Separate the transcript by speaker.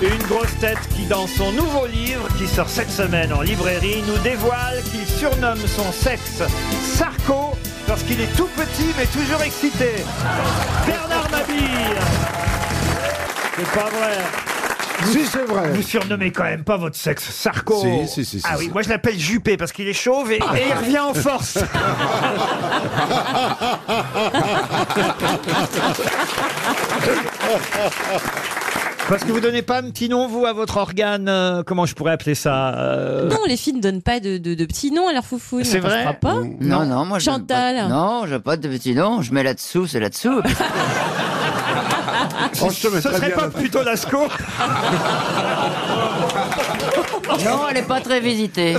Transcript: Speaker 1: Une grosse tête qui, dans son nouveau livre, qui sort cette semaine en librairie, nous dévoile qu'il surnomme son sexe Sarko parce qu'il est tout petit mais toujours excité. Bernard Mabille C'est pas vrai
Speaker 2: Si, c'est vrai.
Speaker 1: Vous surnommez quand même pas votre sexe Sarko
Speaker 2: Si, si, si, si,
Speaker 1: Ah
Speaker 2: si.
Speaker 1: oui, moi je l'appelle Juppé parce qu'il est chauve et, et il revient en force Parce que vous donnez pas un petit nom, vous, à votre organe, euh, comment je pourrais appeler ça euh,
Speaker 3: Non, les filles ne donnent pas de, de, de petits noms à leur foufounes.
Speaker 1: C'est
Speaker 3: Enfin,
Speaker 1: vrai
Speaker 3: Je crois pas.
Speaker 4: Non, non, moi je.
Speaker 3: Chantal.
Speaker 4: Pas, non, je pas de petit nom, je mets là-dessous, c'est là-dessous.
Speaker 2: Oh, je te mets
Speaker 1: Ce
Speaker 2: très
Speaker 1: serait
Speaker 2: bien
Speaker 1: pas
Speaker 2: là-dessus.
Speaker 1: plutôt Lasco
Speaker 4: non, elle est pas très visitée.